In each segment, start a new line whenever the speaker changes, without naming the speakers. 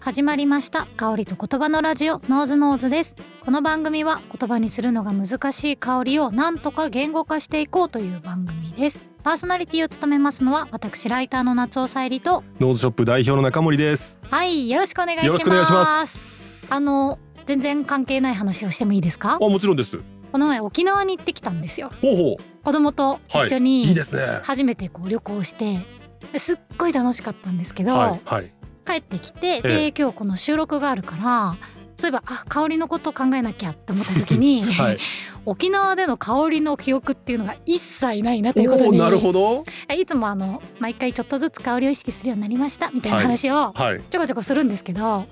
始まりました香りと言葉のラジオノーズノーズですこの番組は言葉にするのが難しい香りをなんとか言語化していこうという番組ですパーソナリティを務めますのは私ライターの夏尾さえりと
ノーズショップ代表の中森です。
はいよろしくお願いします
よろしくお願いします。あ、
あの全然関係ない話をしてもいいですか
もちろんです。
この前沖縄に行ってきたんですよ
ほうほう、
子供と一緒
いい
に
ですね。
初めてこう旅行してですっごい楽しかったんですけど、
はい、はい、
帰ってきてで今日この収録があるからそういえばあ香りのこと考えなきゃって思った時に、
はい。
沖縄での香りの記憶っていうのが一切ない なということ
おお、
に
なるほど。
いつもあの毎回ちょっとずつ香りを意識するようになりましたみたいな話を
はい。
ちょこちょこするんですけど、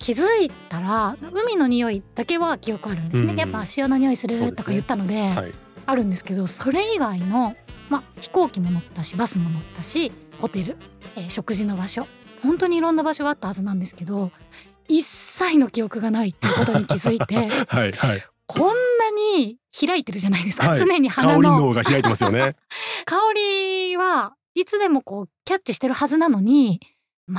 気づいたら海の匂いだけは記憶あるんですね、
うん
やっぱ潮の匂いするとか言ったので
はい。
あるんですけどそれ以外の、まあ、飛行機も乗ったしバスも乗ったしホテル、えー食事の場所本当にいろんな場所があったはずなんですけど一切の記憶がないってことに気づいて
はい、はい。
こんなに開いてるじゃないですか、
はい
常に
香
鼻
りの
の
方が開いてます よね。
香りはいつでもこうキャッチしてるはずなのに全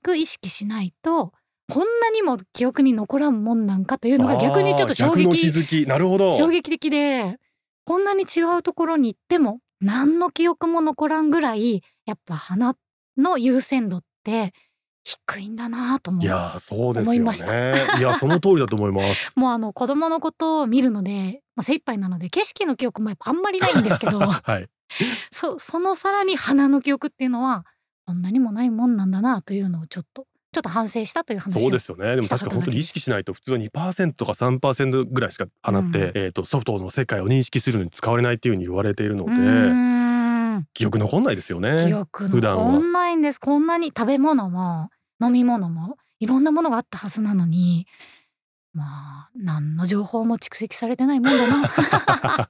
く意識しないとこんなにも記憶に残らんもんなんかというのが逆にちょっと衝
あー逆の気
撃
づき、なるほど。
衝撃的でこんなに違うところに行っても何の記憶も残らんぐらいやっぱ花の優先度って低いんだなと思
いうやー、そうです
思い
よ
まし
ね。いや、その通りだと思います。
もうあの子供のことを見るので、まあ、精一杯なので景色の記憶もやっぱあんまりないんですけど
はい。
そそのさらに花の記憶っていうのはこんなにもないもんなんだなというのをちょっとちょっと反省したという話を
そうですよね。でも
したこ
確
と
か本当に
ない
意
です
識しないと普通は2%とか3%ぐらいしか放って、
うん
えっ、とソフトの世界を認識するのに使われないっていうふうに言われているの
う
で、
ーん
記憶残んないですよね。
記憶
普段は
残んないんですこんなに食べ物も飲み物もいろんなものがあったはずなのにまあ何の情報も蓄積されてないもんだ な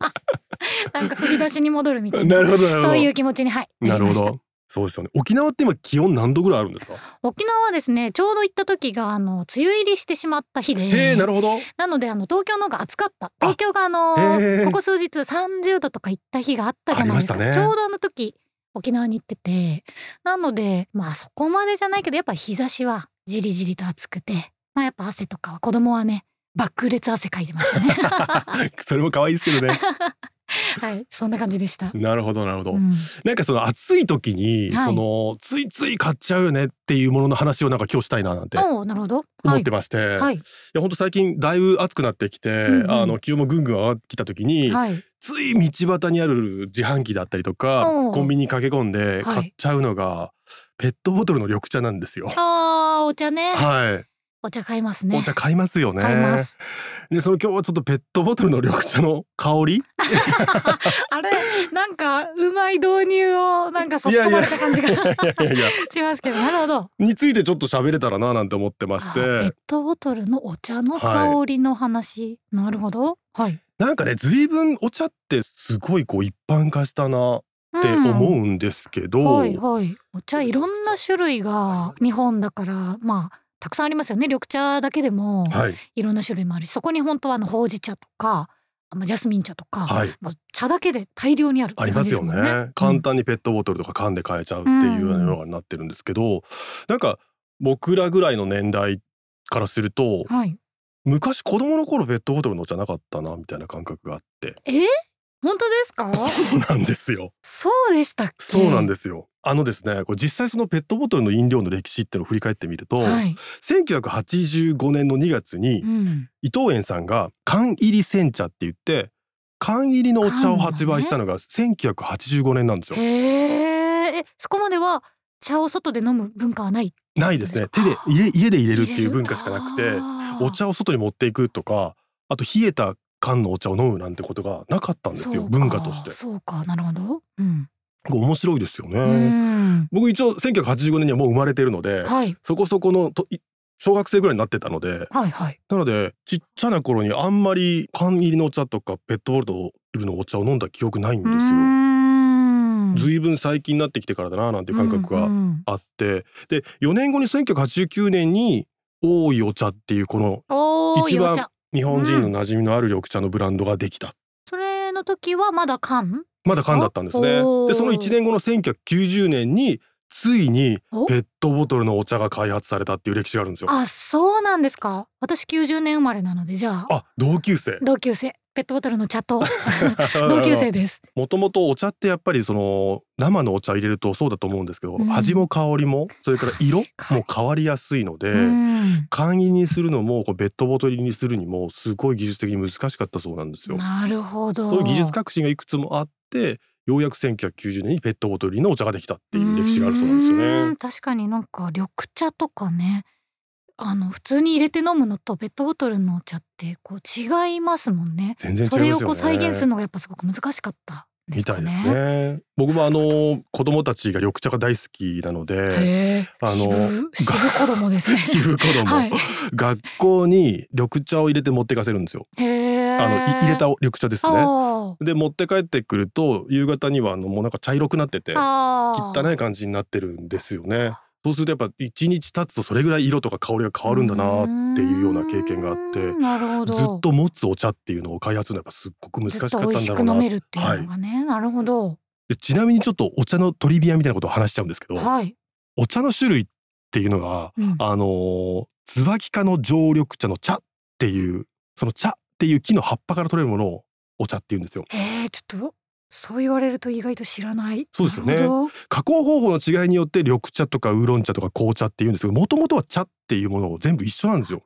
なんか振り出しに戻るみたいな
なるほどなるほど。
そういう気持ちにはい
なる
りま
ほ
した
ど。そうですよね。沖縄って今気温何度ぐらいあるんですか。
沖縄はですねちょうど行った時があの梅雨入りしてしまった日で
へえ、なる ほど。
なのであの東京の方が暑かった東京があの
へえ
ここ数日30度とか行った日があったじゃないですか、
ありまし
ち
たね
ょうどあの時沖縄に行っててなのでまあそこまでじゃないけどやっぱ日差しはじりじりと暑くてまあやっぱ汗とかは子供はね爆裂汗かいてましたね
それも可愛いですけ どね。
はいそんな感じでした、
なるほど、なるほど。
うん
なんかその暑い時に、
はい
そのついつい買っちゃうよねっていうものの話をなんか今日したいななんて
おうなるほど
思
は
っ
い
てまして、い、
はい
や本当最近だいぶ暑くなってきて、
んうん
あの気温もぐんぐん上がってきた時に、
はい
つい道端にある自販機だったりとか
おう
コンビニに駆け込ん
はい
で買っちゃうのがペットボトルの緑茶なんですよ。
あーお茶ね、
はい、
お茶買いますね
お茶買いますよね。
買い ます
でその今日はちょっとペットボトルの緑茶の香り
あれなんかうまい導入をなんか差し込まれた感じが
いやいやいや
しますけどなるほ ど
についてちょっと喋れたらななんて思ってまし
あペ
て
ットボトルのお茶の香りの話、なるほどはい
なんかね随分お茶ってすごいこう一般化したなって思
ん
うんですけど、
はいはいお茶いろんな種類が日本だからまあたくさんありますよね緑茶だけでも
はい
いろんな種類もあるしそこに本当はあのほうじ茶とかあまあジャスミン茶とか、
はい
もう茶だけで大量にあるって
あり
感
ま
じ
す
で
よ
す
ね
もんね。
簡単にペットボトルとか缶で買えちゃうっていうような世の中になってるんですけど、なんか僕らぐらいの年代からすると
うんはい、
昔子供の頃ペットボトルのお茶なかったなみたいな感覚があって
えー本当ですか
そうなんですよ
そうでしたっけ
そうなん
す、
ですよ。あのですね、これ実際そのペットボトルの飲料の歴史っていうのを振り返ってみると、
はい
1985年の2月に
うん、
伊藤園さんが缶入り煎茶って言って、缶入りのお茶を発売したのが1985年なんですよ。
へーえそこまでは茶を外で飲む文化はない
ないですね。手で
あー
入れ家で入れるっていう文化しかなくて、お
を
茶を外に持っていくとか、あと冷えた缶のお茶を飲むなんてことがなかったんですよ。文化として。
そうかなるほどうん、
これ面白いですよね。
うん
僕一応1985年にはもう生まれてるので、
はい
そこそこのとい小学生ぐらいになってたので、
はいはい
なのでちっちゃな頃にあんまり缶入りのお茶とかペットボトルのお茶を飲んだ記憶ないんで
うー
すよ。
ん
ずいぶん最近になってきてからだななんていう感覚
う
が
ん
あって、で4年後に1989年に多いお茶っていうこの
おー
一番
いいお茶
日本人の馴染みのある緑茶のブランドができた。
それの時はまだ缶
まだ缶だったんですね。
おー
でその1年後の1990年についに
お
ペットボトルのお茶が開発されたっていう歴史があるんですよ。
あそうなんですか私90年生まれなのでじゃあ
あ同級生
同級生ペットボトルの茶 と 同級生です
もともとお茶ってやっぱりその生のお茶入れるとそうだと思うんですけど、
うん
味も香りもそれから色
確かに
も変わりやすいので、
うん
簡易にするのもこうペットボトルにするにもすごい技術的に難しかったそうなんですよ。
なるほど
そういう技術革新がいくつもあってようやく1990年にペットボトルのお茶ができたっていう歴史があるそうなんですよ
う
ね
ん。確かになんか緑茶とかねあの普通に入れて飲むのとペットボトルのお茶ってこう違いますもんね
全然違います
そ
よね。
れをこう再現するのがやっぱすごく難しかったんで
み
す
た
か
いで
ね。
すね。僕もあの子供たちが緑茶が大好きなの で、
へえ
あの
渋渋子供ですね。
昼子供、
はい、
学校に緑茶を入れて持ってかせるんですよ。
へえ
あのい入れた緑茶ですね。
あ
で持って帰ってくると夕方にはあのもうなんか茶色くなって
ー
て
あー
汚い感じになってるんですよね。そうするとやっぱ一日経つとそれぐらい色とか香りが変わるんだなっていうような経験があって
うーんなるほど
ずっと持つお茶っていうのを開発するのはやっぱすっごく難しか
ず
っ
ったと
ん
美味し
だ
く
ろう
飲
な
めるっていうのがね、なるほど
でちなみにちょっとお茶のトリビアみたいなことを話しちゃうんですけど、
はい、
お茶の種類っていうのが
うん、
あのー椿科の常緑茶の茶っていうその茶っていう木の葉っぱから取れるものをお茶っていうんですよ
えー、ちょっとそう言われると意外と知らない
そうですよね
なるほど
加工方法の違いによって緑茶とかウーロン茶とか紅茶っていうんですけどもともとは茶っていうものを全部一緒なんですよ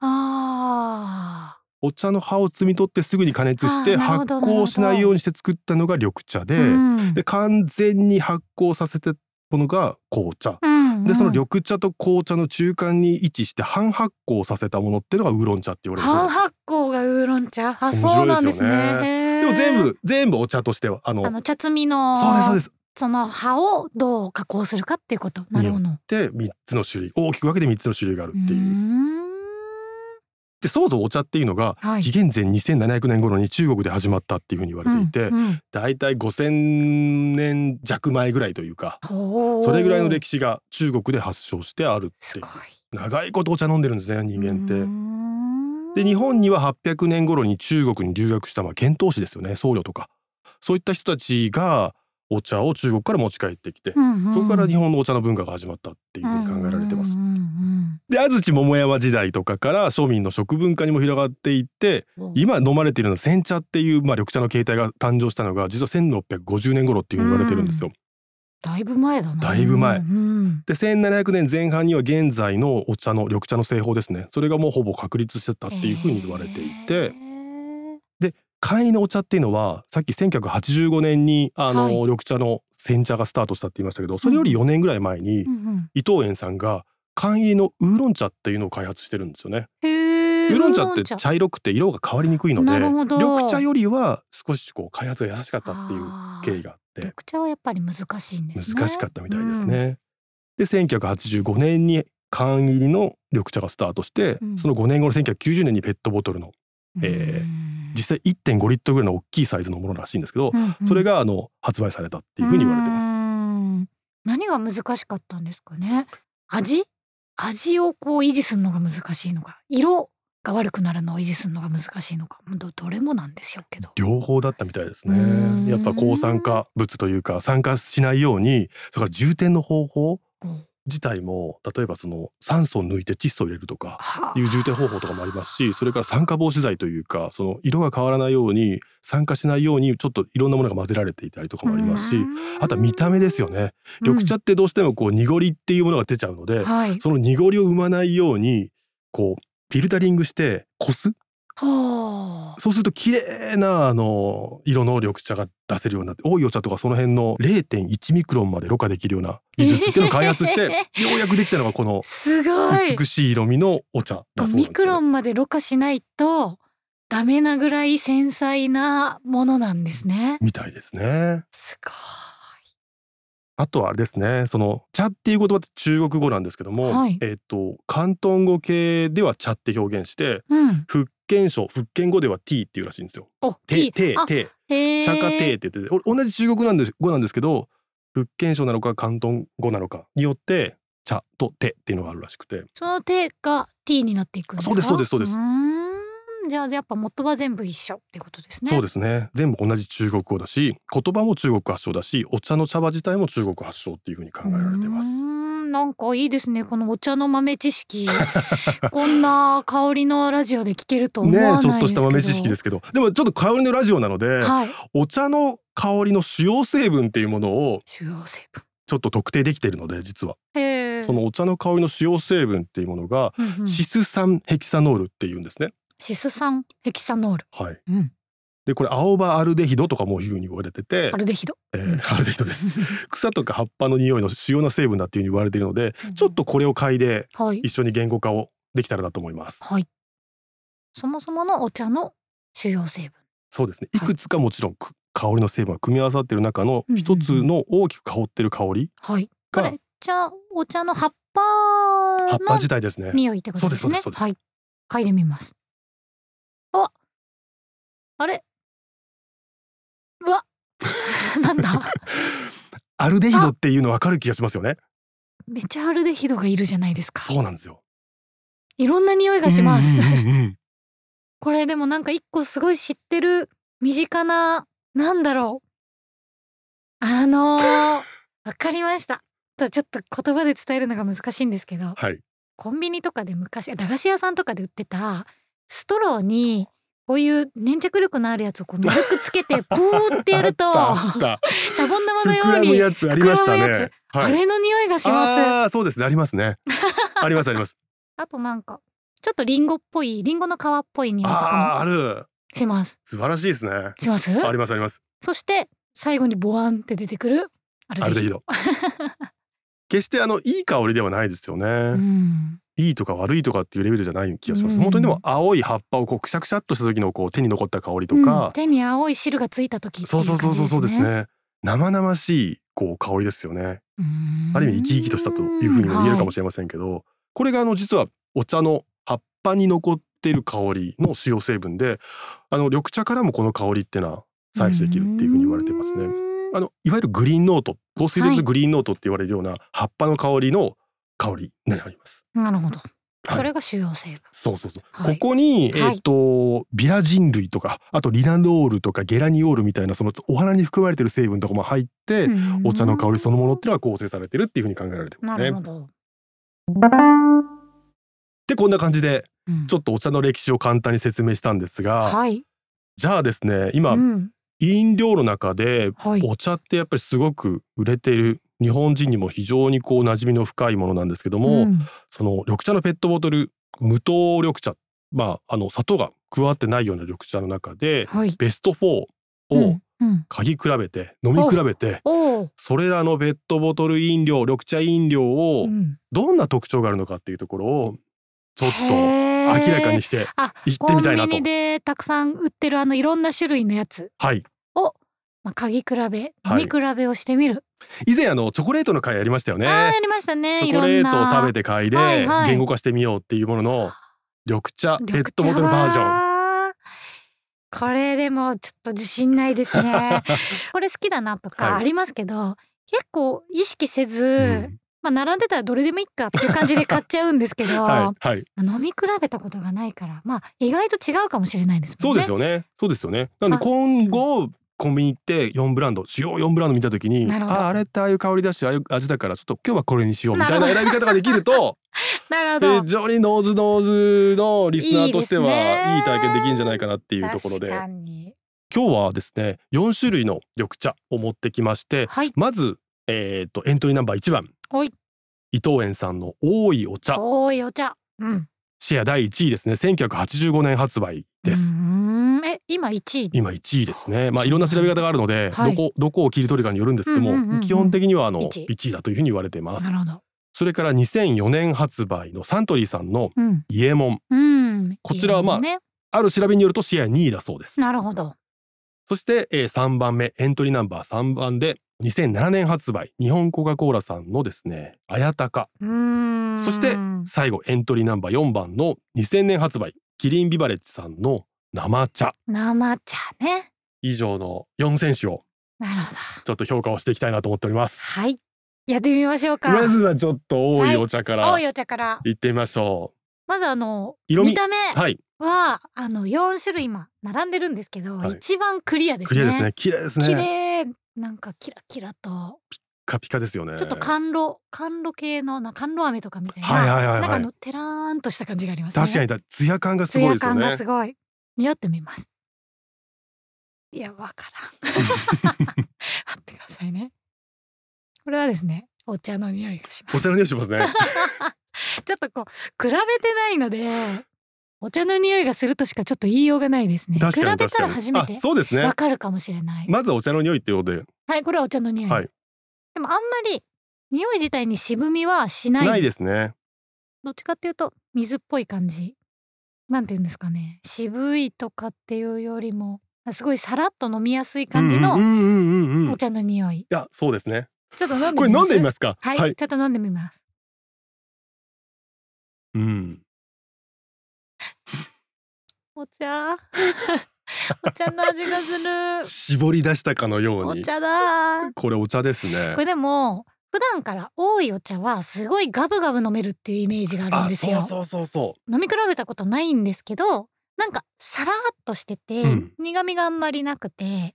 あ
お茶の葉を摘み取ってすぐに加熱して
あーなるほど
発酵しないようにして作ったのが緑茶
ー
で,、
うん
で完全に発酵させてものが紅茶、
うんうん
でその緑茶と紅茶の中間に位置して半発酵させたものっていうのがウーロン茶って言われるんです
半
よ
発酵がウーロン茶あ
面白いですよね
そうなんですね
でも全
へー
部全部お茶としてはあの
あの茶摘みの
そうですそうです
その葉をどう加工するかっていうことなるほど
で3つの種類大きく分けて3つの種類があるっていう
ー
う。
ん
でそもそもお茶っていうのが
はい
紀元前2700年頃に中国で始まったっていうふうに言われていて、
うんうん
だいたい5,000年弱前ぐらいというか
ほー
それぐらいの歴史が中国で発祥してあるっ
す
てい
ごいう
長いことお茶飲んでるんですね人間
うー
って。
ん
で日本には800年頃に中国に留学したまあ遣唐使ですよね僧侶とかそういった人たちがお茶を中国から持ち帰ってきて、
うんうん
そこから日本のお茶の文化が始まったっていうふうに考えられてます。
うんうん
で安土桃山時代とかから庶民の食文化にも広がっていって
うんうん
今飲まれているのは煎茶っていう、まあ、緑茶の形態が誕生したのが実は1650年頃っていうふうに言われてるんですよ。
だいぶ前だな
だいぶ前
うんうん
で1700年前半には現在のお茶の緑茶の製法ですねそれがもうほぼ確立してたっていうふうに言われてい
へ
て
ー
簡易のお茶っていうのはさっき1985年にあの、
はい
緑茶の煎茶がスタートしたって言いましたけどそれより4年ぐらい前に
うんうん
伊藤園さんが簡易のウーロン茶っていうのを開発してるんですよね。
へー
ウーロン茶っ
ウ
て茶色くて色が変わりにくいの
な
で
るほど
緑茶よりは少しこう開発が優しかったっていう
あー
経緯があって
緑茶はやっぱり難しいんですね
難しかったみたいです
うん
ね。で1985年に缶入りの緑茶がスタートして、
うん
その5年後の1990年にペットボトルのえー
うん
実際1.5リットルぐらいの大きいサイズのものらしいんですけど、
うんうん
それがあの発売されたっていうふうに言われてます。
ます何が難しかったんですかね味味をこう維持するのが難しいのか色が悪くなるのを維持するのが難しいのかどどれもなんでしょうけど
両方だったみたいです
うーん
ね。やっぱ抗酸化物というか酸化しないようにそれから充填の方法
うん
自体も例えばその酸素を抜いて窒素を入れるとか
はあ
いう充填方法とかもありますしそれから酸化防止剤というかその色が変わらないように酸化しないようにちょっといろんなものが混ぜられていたりとかもあります
う
し
ん
あとは見た目ですよね緑茶ってどうしてもこう濁りっていうものが出ちゃうの
うん
で
はい
その濁りを生まないようにこうフィルタリングしてこす
はあ
そうすると綺麗なあの色の緑茶が出せるようになって多いお茶とかその辺の0.1ミクロンまでろ過できるよ うな技術っていうのを開発してようやくできたのがこの
すごい
美しい色味のお茶だそうなんですよね
ミクロンまでろ過しないとダメなぐらい繊細なものなんですね
みたいですね。
すご
あとはあれですね、その茶っていう言葉って中国語なんですけども、
はい
えっ、と広東語系では茶って表現して、
いうん
福建省福建語ではティーっていうらしいんですよ。
お
テーテーテー、茶かテーって言ってて、お同じ中国なんです語なんですけど、福建省なのか広東語なのかによって茶とテっていうのがあるらしくて、
その手が T になっていくんですか
そうですそうですそうです
ーんじゃあやっぱ元は全部一緒ってことですね
そう
で
ですね。全部同じ中国語だし、言葉も中国発祥だし、お茶の茶葉自体も中国発祥っていうふうに考えられてます。
すなんかいいですねこのお茶の豆知識 こんな香りのラジオで聞けると思わない
ね
です
ち
けど、
ょっとした豆知識ですすけどでもちょっと香りのラジオなので
はい
お茶の香りの主要成分っていうものを
主要成分
ちょっと特定できているので実は
へー
そのお茶の香りの主要成分っていうものが
うんうん
シス酸ヘキサノールっていうんですね。
シス酸ヘキサノール、
はい、
うん、
でこれ青葉アルデヒドとかもいうふうに言われてて
ア、 ルデヒド
えーアルデヒドです 草とか葉っぱの匂いの主要な成分だっていうふうに言われているのでちょっとこれを嗅いで
とはい
一緒に言語化をできたらなと思います。
はいそもそものお茶の主要成分
そうですねい
はい
くつかもちろんく香りの成分が組み合わさっている中の一つの大きく香ってる香り
はいこ
が
れ茶お茶の葉っぱ
葉っぱ
の
自体ですね。
匂いってことですね
そうですそうです
はい嗅いでみますああれうわ なんだ
アルデヒドっていうの分かる気がしますよね。
めちゃアルデヒドがいるじゃないですか
そうなんですよ。
いろんな匂いがします
うんうんうんうん
これでもなんか一個すごい知ってる身近ななんだろうあ のーわかりましたとちょっと言葉で伝えるのが難しいんですけど
はい。
コンビニとかで昔駄菓子屋さんとかで売ってたストローにこういう粘着力のあるやつをこう丸くつけ てプーってやると
あったあった
シャボン玉の
膨
よう
らむ
に
やつありましたね。
膨らむやあれの匂いがします
ああ、そうですね。ありま すね。ありますあります。
あとなんかちょっとリンゴっぽいリンゴの皮っぽい匂いとか
ああー、ある。
もします
素晴らしいですね。あ
します
りますあります。
そして最後にボワンって出てくるアル
ア
デ
ル
ヒ
デヒ
ド。
ド。決してあのいい香りではないですよね、
うん
いいとか悪いとかっていうレベルじゃない気がします。
うん
本当にでも青い葉っぱをこうくしゃくしゃっとした時のこう手に残った香りと
うん
か、
手に青い汁がついた時って
そ
いうう
そ
感
う
じ
そうそうそうです。ね。生々しいこう香りですよね。
うん
ある意味生き生きとしたというふうにも言えるかも
し
しれませんけど、これがあの実はお茶の葉っぱに残ってる香りの主要成分であの緑茶からもこの香りってのは採取できるっていうふうに言われてますね。あのいわゆるグリーンノート香水で言う
は
と
い
グリーンノートって言われるような葉っぱの香りの香りになります。
なるほど。
はい
これが主要成分。
そうそうそう、
はい
ここに、
はい
えっ、とビラジン類とかあとリナノールとかゲラニオールみたいなそのお花に含まれてる成分とかも入って、
うん
お茶の香りそのものっていうのは構成されてるっていうふうに考えられてま
な
すね
る。ほど。
でこんな感じでち
ょ
ょっとお茶の歴史を簡単に説明したんですが、
はい。
じゃあですね今、
うん
飲料の中で
はい。
お茶ってやっぱりすごく売れている日本人にも非常にこう馴染みの深いものなんですけども、
うん
その緑茶のペットボトル無糖緑茶まああの砂糖が加わってないような緑茶の中で
はい。
ベスト4を
うんうん
嗅ぎ比べて、飲み比べて
おー
それらのペットボトル飲料緑茶飲料を
うん
どんな特徴があるのかっていうところをちょっと
へー
明らかにして
あ
行ってみたいな
コンビ
と
ニ。でたくさん売ってるあのいろんな種類のやつ。
はい、
まあ、鍵比べ、飲
は
み
い
比べをしてみる。
以前あのチョコレートの回やりましたよね。
あーやりましたね。
チョコレートを食べ
て
て嗅いで
はいはい
言語化してみようっていうものの緑茶ペットボトルバージョン。
ョン。これでもちょっと自信ないです ね。これ好きだなとか
はい
ありますけど、結構意識せず、
うん
まあ並んでたらどれでもいいかっていう感じで買っちゃうんですけど、
はい、はい、
飲み比べたことがないから、まあ意外と違うかもしれないです
そ
も
うん
ね。
です
よ。
よね。そうですよね。なの
あ
で今後コンビニ行って4ブランド主要4ブランド見た時に
なるほど
ああれってああいう香りだしああいう味だからちょっと今日はこれにしようみたい
な
な
る
選び方ができ ると
なるほど。
非常にノーズノーズのリスナーとしてはい
いですね
いい体験できるんじゃないかなっていうところで
確かに。
今日はですね4種類の緑茶を持ってきまして
はい。
まず、えー、とエントリーナンバー1番
はい
伊藤園さんの「多いお茶」
おいお茶。うん。
シェア第1位ですね1985年発売です、
うーんえ今一位。
今1位ですねまあいろんな調べ方があるので、
はい
どこどこを切り取るかによるんですけども、
うんうんうんうん
基本的にはあの
一位
1位だというふうに言われてます
なるほど。
それから2004年発売のサントリーさんの
うん。
伊右衛門
うん。
こちらはまあ
いいね、
ある調べによるとシェア2位だそうです
なるほど。
そして、えー3番目エントリーナンバー3番で2007年発売日本コカ・コーラさんのですね「綾鷹
うーん。
そして最後エントリーナンバー4番の2000年発売キリンビバレッジさんの生茶
生茶ね。
以上の4選手を
なるほど。
ちょっと評価をしていきたいなと思っております。
はい。やってみましょうか。
まずはちょっと多いお茶から
青いお茶から。
行ってみましょ
まずあの
色味
見た目
う。はい、
はあの四種類今並んでるんですけど、
はい
一番クリアですね。
クリアですね。綺麗です
綺
ね。
麗。なんかキラキラと
カピカですよね
ちょっと甘露甘露系のな甘露飴とかみたいな、
はいはいは
な
い
んか
は
あ
い
のテラーンとした感じがありますね
確かにだツヤ感がす
ツ
ごい
ヤ
ですよ
感が
ね
すごい匂ってみますいやわからん 待ってくださいねこれはですねお茶の匂いがしま
お
す
茶の匂いしますね
ちょっとこう比べてないのでお茶の匂いがするとしかちょっと言いようがないですね比
確かに
べ
確
た
からに
初めて
あそうですね
わかるかもしれない、
まずはお茶の匂いっていうことで
はいこれはお茶の匂い、
はい
でもあんまり匂い自体に渋みはしない
ないですね
どっちかっていうと水っぽい感じなんていうんですかね渋いとかっていうよりもすごいさらっと飲みやすい感じ
うんう
の
んうんうんうん
お茶の匂い
いやそうですね
ちょっと飲んでみます
これ飲んでみますか
はい、ちょっと飲んでみます
うん
お茶 お茶の味がする
絞り出したかのよう
お
に
茶だ
これお茶ですね
これでも普段から多いお茶はすごいガブガブ飲めるっていうイメージがあるん
あ
ですよ
そうそうそうそ
飲み比べたことないんですけどなんかさらっとしてて、
うん
苦味があんまりなくて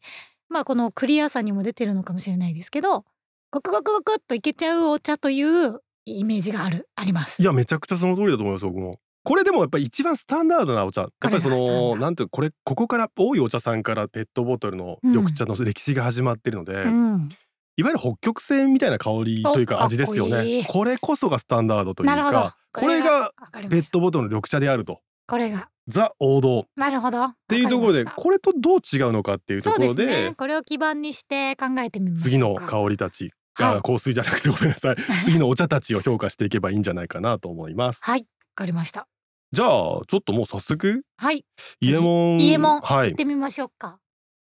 まあこのクリアさにも出てるのかもしれないですけどゴクゴクゴクっといけちゃうお茶というイメージがあるありま
う
す
い。やめちゃくちゃその通りだと思います僕もこれでもやっぱり一番スタンダードなお茶やっぱりそ
これがスタンダード
のなんていうかこれここから多いお茶さんからペットボトルの緑茶の歴史が始まってるので、
うん、
いわゆる北極星みたいな香りという
お
か味ですよ
かっこいい
ねこれこそがスタンダードという
なるほど
かこれが
わかり
ペ
まし
ッ
た
トボトルの緑茶であると
これが
ザ王道っ
なるほどって
いうところで
こ
これとどう違うのかっていうところ
そう
で
ですねこれを基盤にして考えてみましょう
次の
か
香りたち、
はい
あ香水じゃなくてごめんなさい次のお茶たちを評価していけばいいんじゃないかなと思います
はいわかりました
じゃあちょっともう早速
はい行
伊右衛門
伊右衛門
は
っ
い
てみましょうか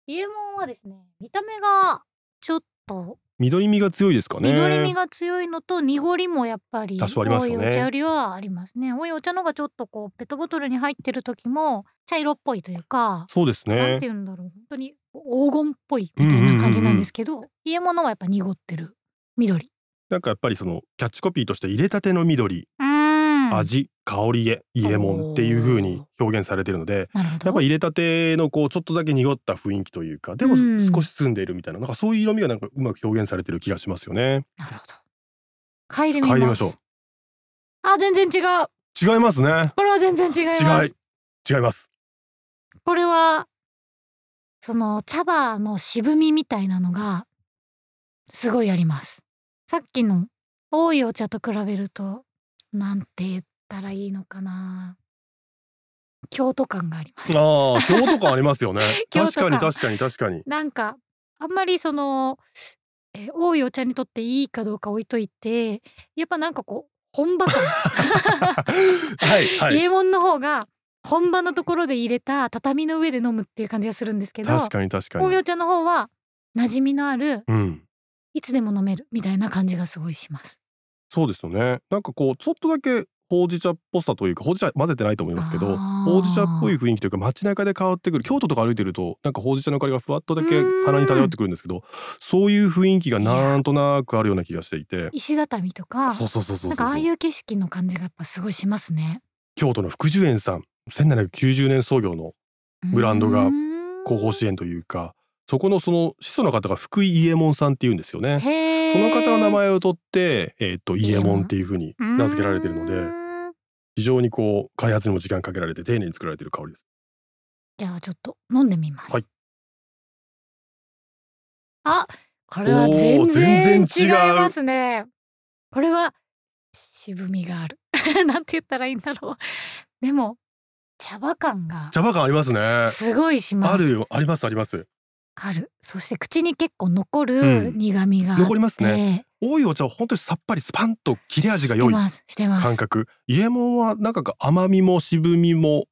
伊右衛門はですね見た目がちょっと
緑味が強いですかね
緑みが強いのと濁りもやっぱり
多少ありますよね
多いお茶よりはありますね多いお茶の方がちょっとこうペットボトルに入ってる時も茶色っぽいというか、
そうです
なん
ね
て言うんだろう本当に黄金っぽいみたいな感じなんですけど、家物はやっぱ濁ってる緑
なんかやっぱりそのキャッチコピーとして入れたての緑、
うーん
味香りへ伊右衛門っていう風に表現されてるので
なるほど
やっぱ入れたてのこうちょっとだけ濁った雰囲気というかでも
うん
少し澄んでいるみたいななんかそういう色味がなんかうまく表現されてる気がしますよね
なるほど嗅いでみ
嗅いでみ
ま
ますしょう
あ全然違う
違いますね
これは全然違います
違い違います
これはその茶葉の渋みみたいなのがすごいありますさっきの多いお茶と比べるとなんて言ったらいいのかな京都感があります
ああ 京都感ありますよね
京都
確かに
感
確かに確かに
なんかあんまりそのえー多いお茶にとっていいかどうか置いといてやっぱなんかこう本場感
はいは
伊右
い
衛門の方が本場のところで入れた畳の上で飲むっていう感じがするんですけど
確かに確か
多い
に
お茶の方は馴染みのある
うん
いつでも飲めるみたいな感じがすごいします。
そうですよねなんかこうちょっとだけほうじ茶っぽさというかほうじ茶混ぜてないと思いますけど
あー
ほうじ茶っぽい雰囲気というか街中で変わってくる京都とか歩いてるとなんかほうじ茶の香りがふわっとだけ
うん
鼻に漂ってくるんですけどそういう雰囲気がなんとなくあるような気がしていて
石畳とか
そうそうそうそう
なんかああ
そう
いう景色の感じがやっぱすごいしますね。
京都の福寿園さん1790年創業のブランドが
うーん
広報支援というかそこのその始祖の方が福井伊右衛門さんっていうんですよね
へー
その方の名前を取って、えっと伊右衛門っていう風に名付けられているの
う
で
ーん
非常にこう開発にも時間かけられて丁寧に作られている香りです
じゃあちょっと飲んでみます。
はい
あこれは
おー
全然
全
違
然違
いうますね。これは渋みがある。 なんて言ったらいいんだろう。でも茶葉感が
茶葉感ありますね
すごいします。
あるよありますあります
あるそして口に結構残
う
る
ん
苦味があって、
残りますね多いお茶は本当にさっぱりスパンと切れ味が良
し
い
てますしてます
感覚伊右衛門はなんか甘みも渋みも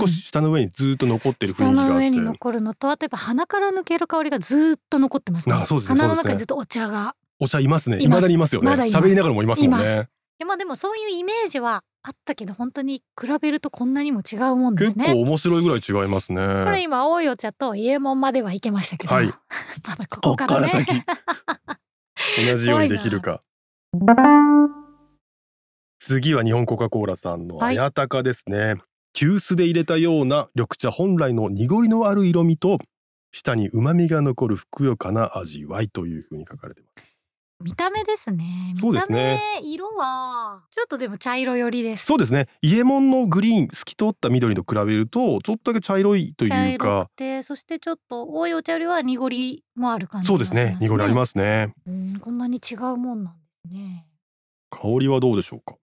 少し舌の上にずっと残ってる雰囲
下
気が
の
あ
上に
って
残るのとあとやっぱ鼻から抜ける香りがずーっと残ってますね
あそうですね
鼻の
そう
中
ですね
にずっとお茶が
お茶いますね
います
未だにいますよね
まだいます
喋りながらもいますもん
いま
ね
いやまあでもそういうイメージはあったけど本当に比べるとこんなにも違うもんで
結
すね
構面白いぐらい違いますね
これ今青いお茶と伊右衛門まではいけましたけど、
は い
まだこ
こ
こ
っ
か
からら
ね
先同じようにできるか次は日本コカ・コーラさんの
はい
綾鷹ですね、急須で入れたような緑茶本来の濁りのある色味と舌に旨味が残るふくよかな味わいというふうに書かれてます
見た目ですね。
そうですね
見た目色はちょっとでも茶色寄りです。
そうですね伊右衛門のグリーン透き通った緑と比べるとちょっとだけ茶色いと
茶
いう
色
か
くてそしてちょっと多いお茶よりは濁りもある感じ
そうですね濁りありますね
す、うんこんなに違うもんなんですね。
香りはどうでしょうか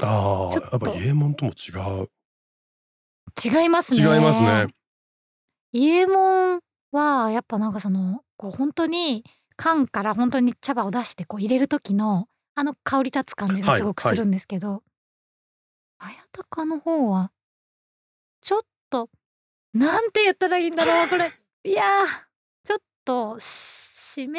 ああ
ちょっ
やっ
と
ぱ伊右衛門とも違う
違いますね。
違いますね。
伊右衛門はやっぱなんかそのこう本当に缶から本当に茶葉を出してこう入れる時のあの香り立つ感じがすごく
はいは
す
い
るんですけど、綾鷹の方はちょっとなんて言ったらいいんだろう これいやーちょっと湿っ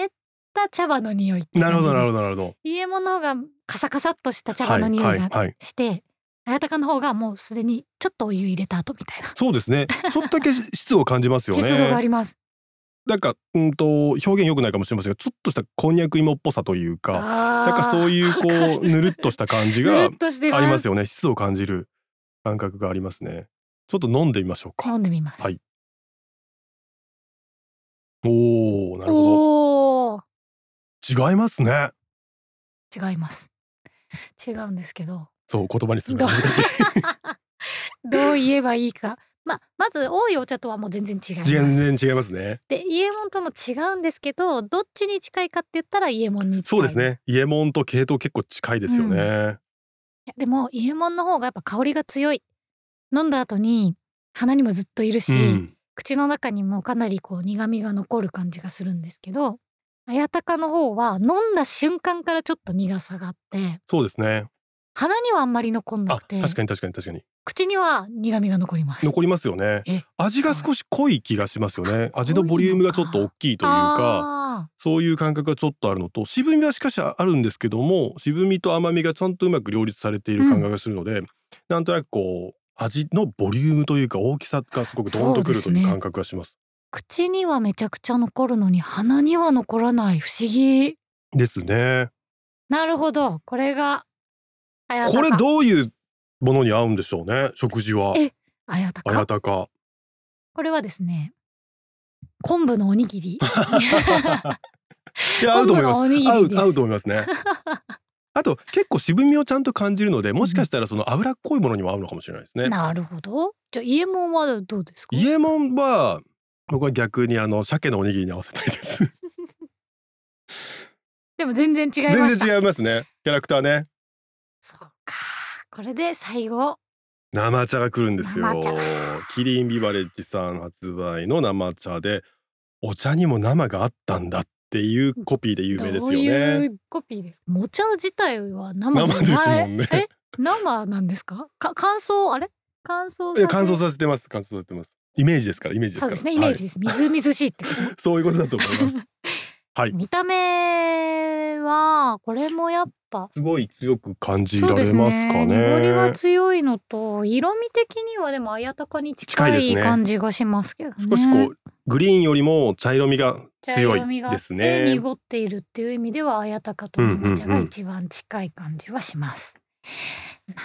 た茶葉の匂いって
な
感
る
じ
ほ
です
どなるほどなるほど
伊右衛門の方がカサカサっとした茶葉の匂
はいい
が
はいはい
して綾鷹の方がもうすでにちょっとお湯入れた後みたいな
そうですねちょっとだけ湿度を感じま すよ
湿度があ
ね
ります。
なんかうんと表現良くないかもしれませんがちょっとしたこんにゃく芋っぽさというか
な
なんかそういうこ うぬるっとした感じが
ぬるっとして
ありま
ます
すよね湿度を感じる感覚がありますねちょっと飲んでみましょうか
飲んでみます、
はいおおなる
お
ほ
お
ど違いますね
ー違います違うんですけど
そう言葉にするのが難 しい
どう言えばいいかままず多いお茶とはもう全然違います
全然違いますね
で伊右衛門とも違うんですけどどっちに近いかって言ったら伊右衛門に近い
そうですね伊右衛門と系統結構近いですよね、
いやでも伊右衛門の方がやっぱ香りが強い飲んだ後に鼻にもずっといるし、
うん
口の中にもかなりこう苦味が残る感じがするんですけど綾鷹の方は飲んだ瞬間からちょっと苦さがあって
そうですね
鼻にはあんまり残ん
あ
なくて
確かに確かに確かに
口には苦味が残ります
残りますよね
え
味が少し濃い気がしますよね
あ
味のボリュームがちょっと大きいというか
あ
そういう感覚がちょっとあるのと渋みはしかしあるんですけども渋みと甘みがちゃんとうまく両立されている感覚がするので、なんとなくこう味のボリュームというか大きさがすごくドーンとくると
そう
い
です
う
ね
感覚がします。
ー口にはめちゃくちゃ残るのに鼻には残らない不思議
ですね。
なるほどこれが綾鷹
これどういうものに合うんでしょうね食事は。
え綾鷹
あやたか。
これはですね昆布のおにぎり
いや合うと思い
昆布
ます。
のおにぎ
合
り
う
です
合うと思いますね。 あと結構渋みをちゃんと感じるのでもしかしたらその脂っこいものにも合うのかもしれないです ね。
なるほどじゃあ伊右衛門はどうですか
伊右衛門は僕は逆にあの鮭のおにぎりに合わせたいです。
でも全然違い
全
ました
然違いますねキャラクターね
そうかこれで最後
生茶が来るんですよ
生茶
キリンビバレッジさん発売の生茶でお茶にも生があったんだっていうコピーで有名です
ど
よ
うい
ね
うコピーですかお茶自体は生じ
生です
ゃない
もんね
え生なんですかか乾燥あれ乾燥
いや乾燥
さ
させてます乾燥させてますイメージですからイメージ
せ
です
そ
か
うですね
ら
イメージ
はい
です、みずみずしいってこと
そういうことだと思います はい
見た目はこれもやっぱ
すごい強く感じ
そ
ら
うで
れ
す
ますか
ね濁りが
ね
強いのと色味的にはでも綾鷹に
近
近
いです
い
ね
感じがしますけどね
少しこうグリーンよりも茶色みが強いです
茶色みがあって
ね
濁っているっていう意味では綾鷹と生茶が一番近い感じはします、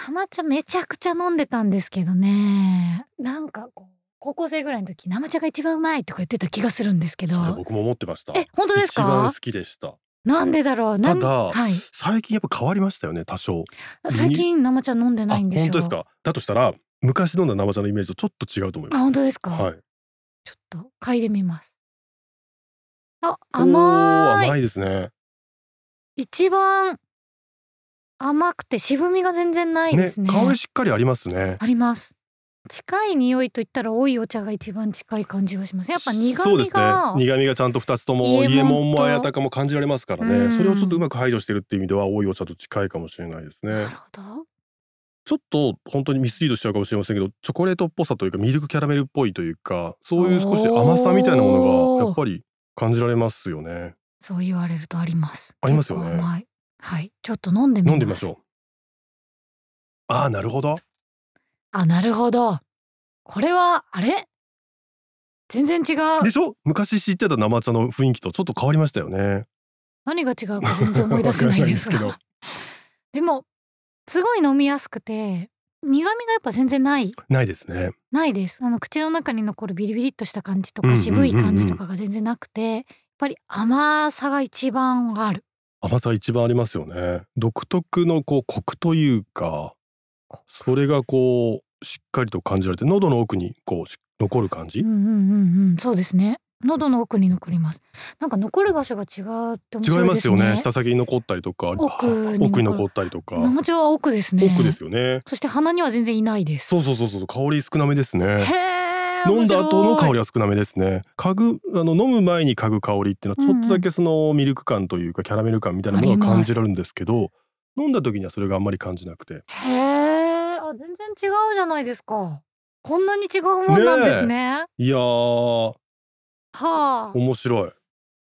生茶めちゃくちゃ飲んでたんですけどねなんかこう高校生ぐらいの時生茶が一番うまいとか言ってた気がするんですけど
それ僕も思ってました
え本当です
一番
か
好きでした
なんでだろうな
た
ん
だ
はい、
最近やっぱ変わりましたよね多少
最近生茶飲んで
あ
ないん
本
ですよ
当ですかだとしたら昔飲んだ生茶のイメージとちょっと違うと思い
あ
ます
本当ですか、
はい
ちょっと嗅いでみますあ
お
甘
ー
い
甘いですね
一番甘くて渋みが全然ないですね
香りしっかりありますね
あります近い匂いと言ったら多いお茶が一番近い感じがしますやっぱ苦
そうで
味
すね
が、
苦味がちゃんと二つとも伊
伊
右
右
衛
衛門
門
と
も綾鷹も感じられますから
う
ね
ん
それをちょっとうまく排除してるっていう意味では多いお茶と近いかもしれないです
な
ね
るほど
ちょっと本当にミスリードしちゃうかもしれませんけどチョコレートっぽさというかミルクキャラメルっぽいというかそういう少し甘さみたいなものがやっぱり感じられますよね
そう言われるとあります
ありますよね
結構甘いはいちょっと飲んでみます
飲んでみましょうああなるほど
あなるほどこれはあれ全然違う
でしょ昔知ってた生茶の雰囲気とちょっと変わりましたよね。
何が違うか全然思い出せないです
わかんない
がでもすごい飲みやすくて苦味がやっぱ全然ない
ないですね。
ないですあの口の中に残るビリビリっとした感じと
うんうん
か
うんう
渋
ん
い感じとかが全然なくて、やっぱり甘さが一番ある。
甘さ一番ありますよね独特のこうコクというかそれがこうしっかりと感じられて喉の奥にこうし残る感じ、
うんうんうんうん、そうですね。喉の奥に残ります。なんか残る場所が違うって面
違い
白い
ま
ですす
よ
ね。
ね舌先に残ったりとか
奥に残る
奥に残ったりとか、
生茶は奥ですね。
奥ですよね
そして鼻には全然いないです。
そうそうそうそう香り少なめですね
へー
飲んだ後の香
面白い
りは少なめですね嗅ぐあの飲む前に嗅ぐ香りっていうのはちょっとだけそのミルク感というかキャラメル感みたいなものが感じられるんですけど飲んだ時にはそれがあんまり感じなくて
へえ。あ全然違うじゃないですか。こんなに違うもんなんですね。
いやー
はあ。
面白い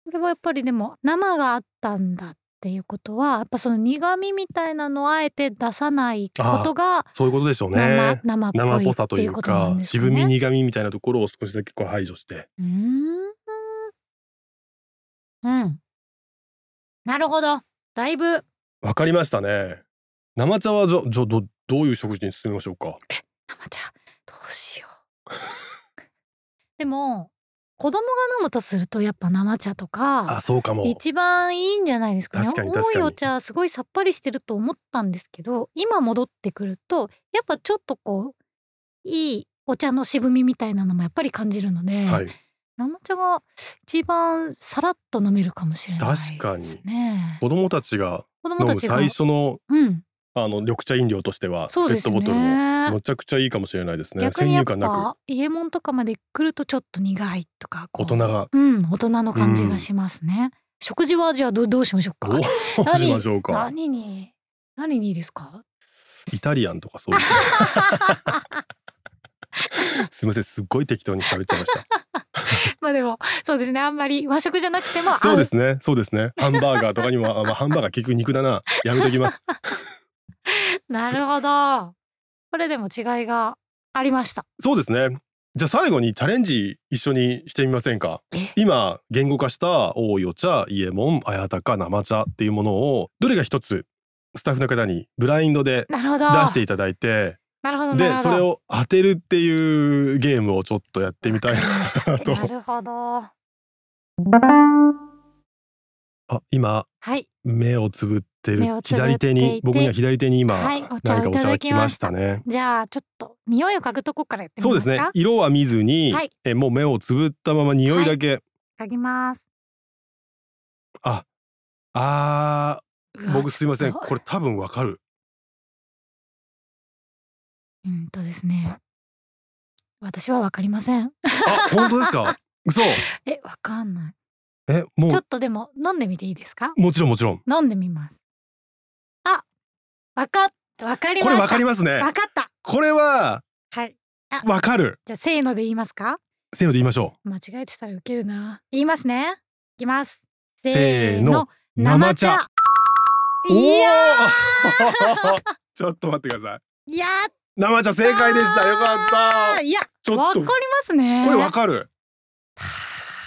これはやっぱりでも生があったんだっていうことはやっぱその苦味みたいなのをあえて出さないことが
そういうことでしょう
生、
ね
生っぽい
生っぽさと
って
い
いう
う
ことな
か
んですかね。
渋み苦みみたいなところを少しだけこう排除して
うーん。うん。なるほど。だいぶ
わかりましたね生茶はじゃじゃどどういう食事に進めましょうか
生茶どうしよう。 でも子供が飲むとするとやっぱ生茶とか
あそうかも
一番いいんじゃないですかね。
確かに確かに
重いお茶すごいさっぱりしてると思ったんですけど今戻ってくるとやっぱちょっとこういいお茶の渋みみたいなのもやっぱり感じるので、
はい
生茶が一番さらっと飲めるかもしれないですね。
確かに子供たちが
子供
飲
た
む
ちが
最初の
うん、
あの緑茶飲料としてはペ
そうで
ッ
す
ト
ね
ボトルのむちゃくちゃいいかもしれないですね。
逆
先
にやっ
入観な
ぱ家門とかまで来るとちょっと苦いとか
く
こ
大
う
人が
うん大人の感じがしますね、食事はじゃあどどうしましょう
お
か
どうしましょうか。
何に何にですか
イタリアンとかそういう。すみません、すっごい適当に喋っちゃいました。
まあでもそうですねあんまり和食じゃなくて も合
そうですね、そうですね。ハンバーガーとかにも、あまあ、ハンバーガー結局肉だな。やめときます。
なるほどこれでも違いがありました
そうですね。じゃあ最後にチャレンジ一緒にしてみませんか
え
今言語化した大井お茶、伊右衛門、綾鷹、生茶っていうものをどれが一つスタッフの方にブラインドで
なるほど
出していただいて
なるほどなる
で
ほど
それを当てるっていうゲームをちょっとやってみたいなと
なるほど
あ今
はい
目をつぶってる
目をつぶって
左
いて
手に僕には左手に今、
はいお茶を
何かお
いた
茶が
だ
来
き
ま
ま
し
したた
ね
じゃあちょっと匂いを嗅ぐとこからやってみ
そう
ま
ですす
か
ね色は見ずに、
はい
えもう目をつぶったまま匂いだけ、
嗅ぎます
あ
う
ー
わ
僕すいません
ちょっと
これ多分わかる
うんとですね。私はわかりません。
あ本当ですか嘘
え、わかんない。
えも
ちょ
う
っとでも飲んでみていいですか？
もちろんもちろん
飲んでみます。あ、わかっわかり
こ
まし
れ
た。
わかりますね
わかった。
これは
はい。
わかる
じゃあせーので言いますか？
せーので言いましょ
間違えてたらウケるな。言いますね。いきます。
せーのう
生茶。
おー
いや
ちょっと待ってください
いや
生茶正解でしたよかった
ーいや
ちょ
わか
っと
りますね。
これわかる
は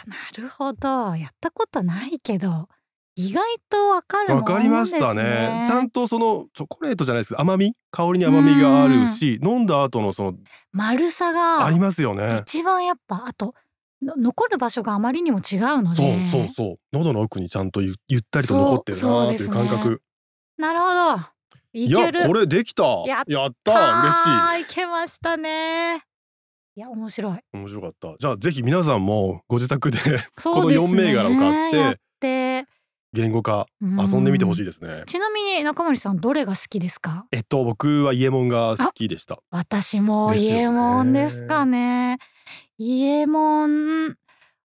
あなるほどやったことないけど意外とわかるも
わ
んですね
かりましたねちゃんとそのチョコレートじゃないですけど甘み香りに甘みがあるし飲んだ後のその
丸さ
あ
が
りますよね
一番やっぱあとの残る場所があまりにも違うので
そうそうそう喉の奥にちゃんとゆゆったりと残ってるな
そう
ー
そうで
とい
す
う
ね
感覚
なるほどい
い
け
や
る
これできた
や
や
っ
った嬉
は
し
あいけましたねいや面白い
い面白かったじゃあぜひ皆さんもご自宅で
そうですね
この4銘柄を買って
やって
言語化遊んでみてほしいですね
ちなみに中森さんどれが好きですか
えっと僕は伊右衛門が好きでした
私も
ですよ
伊右
ね
衛門ですかね。伊右衛門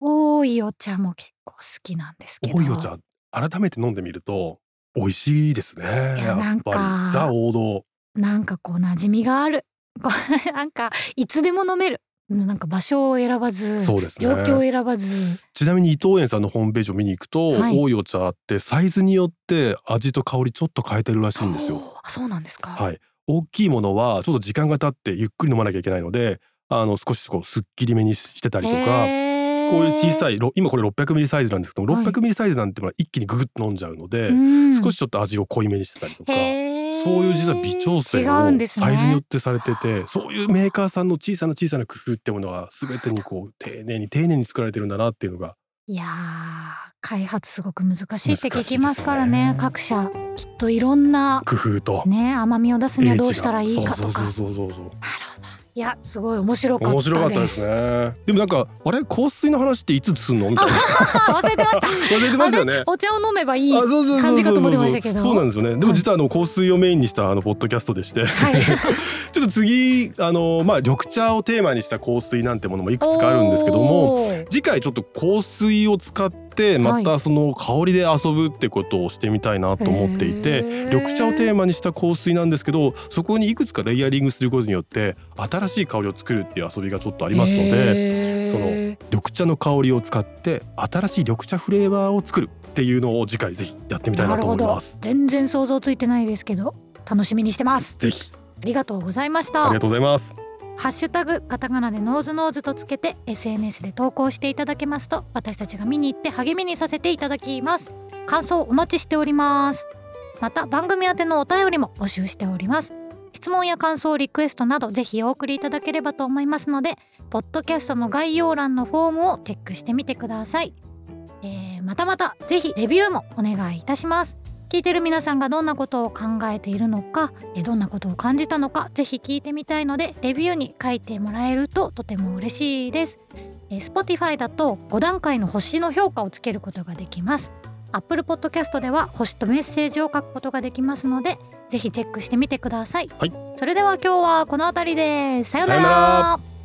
多いお茶も結構好きなんですけど。
おいお茶改めて飲んでみると美味しいですねや
やな
っ
んか
ぱりザ王道
なんかこう馴染みがある。 こうなんかいつでも飲める。なんか場所を選ばず、
そうですね
状況を選ばず。
ちなみに伊藤園さんのホームページを見に行くと、
はい
多いお茶ってサイズによって味と香りちょっと変えてるらしいんですよ。
あそうなんですか。
はい、大きいものはちょっと時間が経ってゆっくり飲まなきゃいけないのであの少しこうすっきりめにしてたりとか
へー
こういう小さいろ今これ 600ml サイズなんですけども
はい
600ml サイズなんてのは一気にググッと飲んじゃうので、
うん
少しちょっと味を濃いめにしてたりとか。
へー
そういう実は微調整を
違うんですね
サイズによってされてて、そういうメーカーさんの小さな小さな工夫ってものが全てにこう丁寧に丁寧に作られてるんだなっていうのが
いやー開発すごく難しいって聞きますから
難しいです
ね
ね
各社きっといろんな
工夫と
ね甘みを出すにはどうしたらいいか
そ
と
う
かなる
そうそうそうそう
ほどいやすごい面白かったで
面
す
白かったです ねでもなんかあれ香水の話っていつすんのみ たいな
忘れてました
忘れてますよね
お茶を飲めばいい
あそうそうそうそう
感じかと思ってましたけど
そうなんですよねでも実はあの香水をメインにしたあのポッドキャストでして、
はい、
ちょっと次あのまあ緑茶をテーマにした香水なんてものもいくつかあるんですけども
おー
次回ちょっと香水を使ってまたその香りで遊ぶってことをしてみたいなと思っていて、緑茶をテーマにした香水なんですけどそこにいくつかレイヤリングすることによって新しい香りを作るっていう遊びがちょっとあ
あ
りますので
で
その緑茶の香りを使って新しい緑茶フレーバーを作るっていうのを次回ぜひやってみたいなと思います。
全然想像ついてないですけど楽しみにしてます
ぜひ
ありがとうございまし
あ
た
りがとうございます。
ハッシュタグカタカナでノーズノーズとつけて SNS で投稿していただけますと私たちが見に行って励みにさせていただきます感想お待ちしておりますまた番組宛てのお便りも募集しております質問や感想リクエストなどぜひお送りいただければと思いますのでポッドキャストの概要欄のフォームをチェックしてみてください、えーまたまたぜひレビューもお願いいたします聞いてる皆さんがどんなことを考えているのかえーどんなことを感じたのかぜひ聞いてみたいのでレビューに書いてもらえるととても嬉しいですえー Spotify だと5段階の星の評価をつけることができます Apple Podcast では星とメッセージを書くことができますのでぜひチェックしてみてください、
はい
それでは今日はこの辺りでさような
さような
ら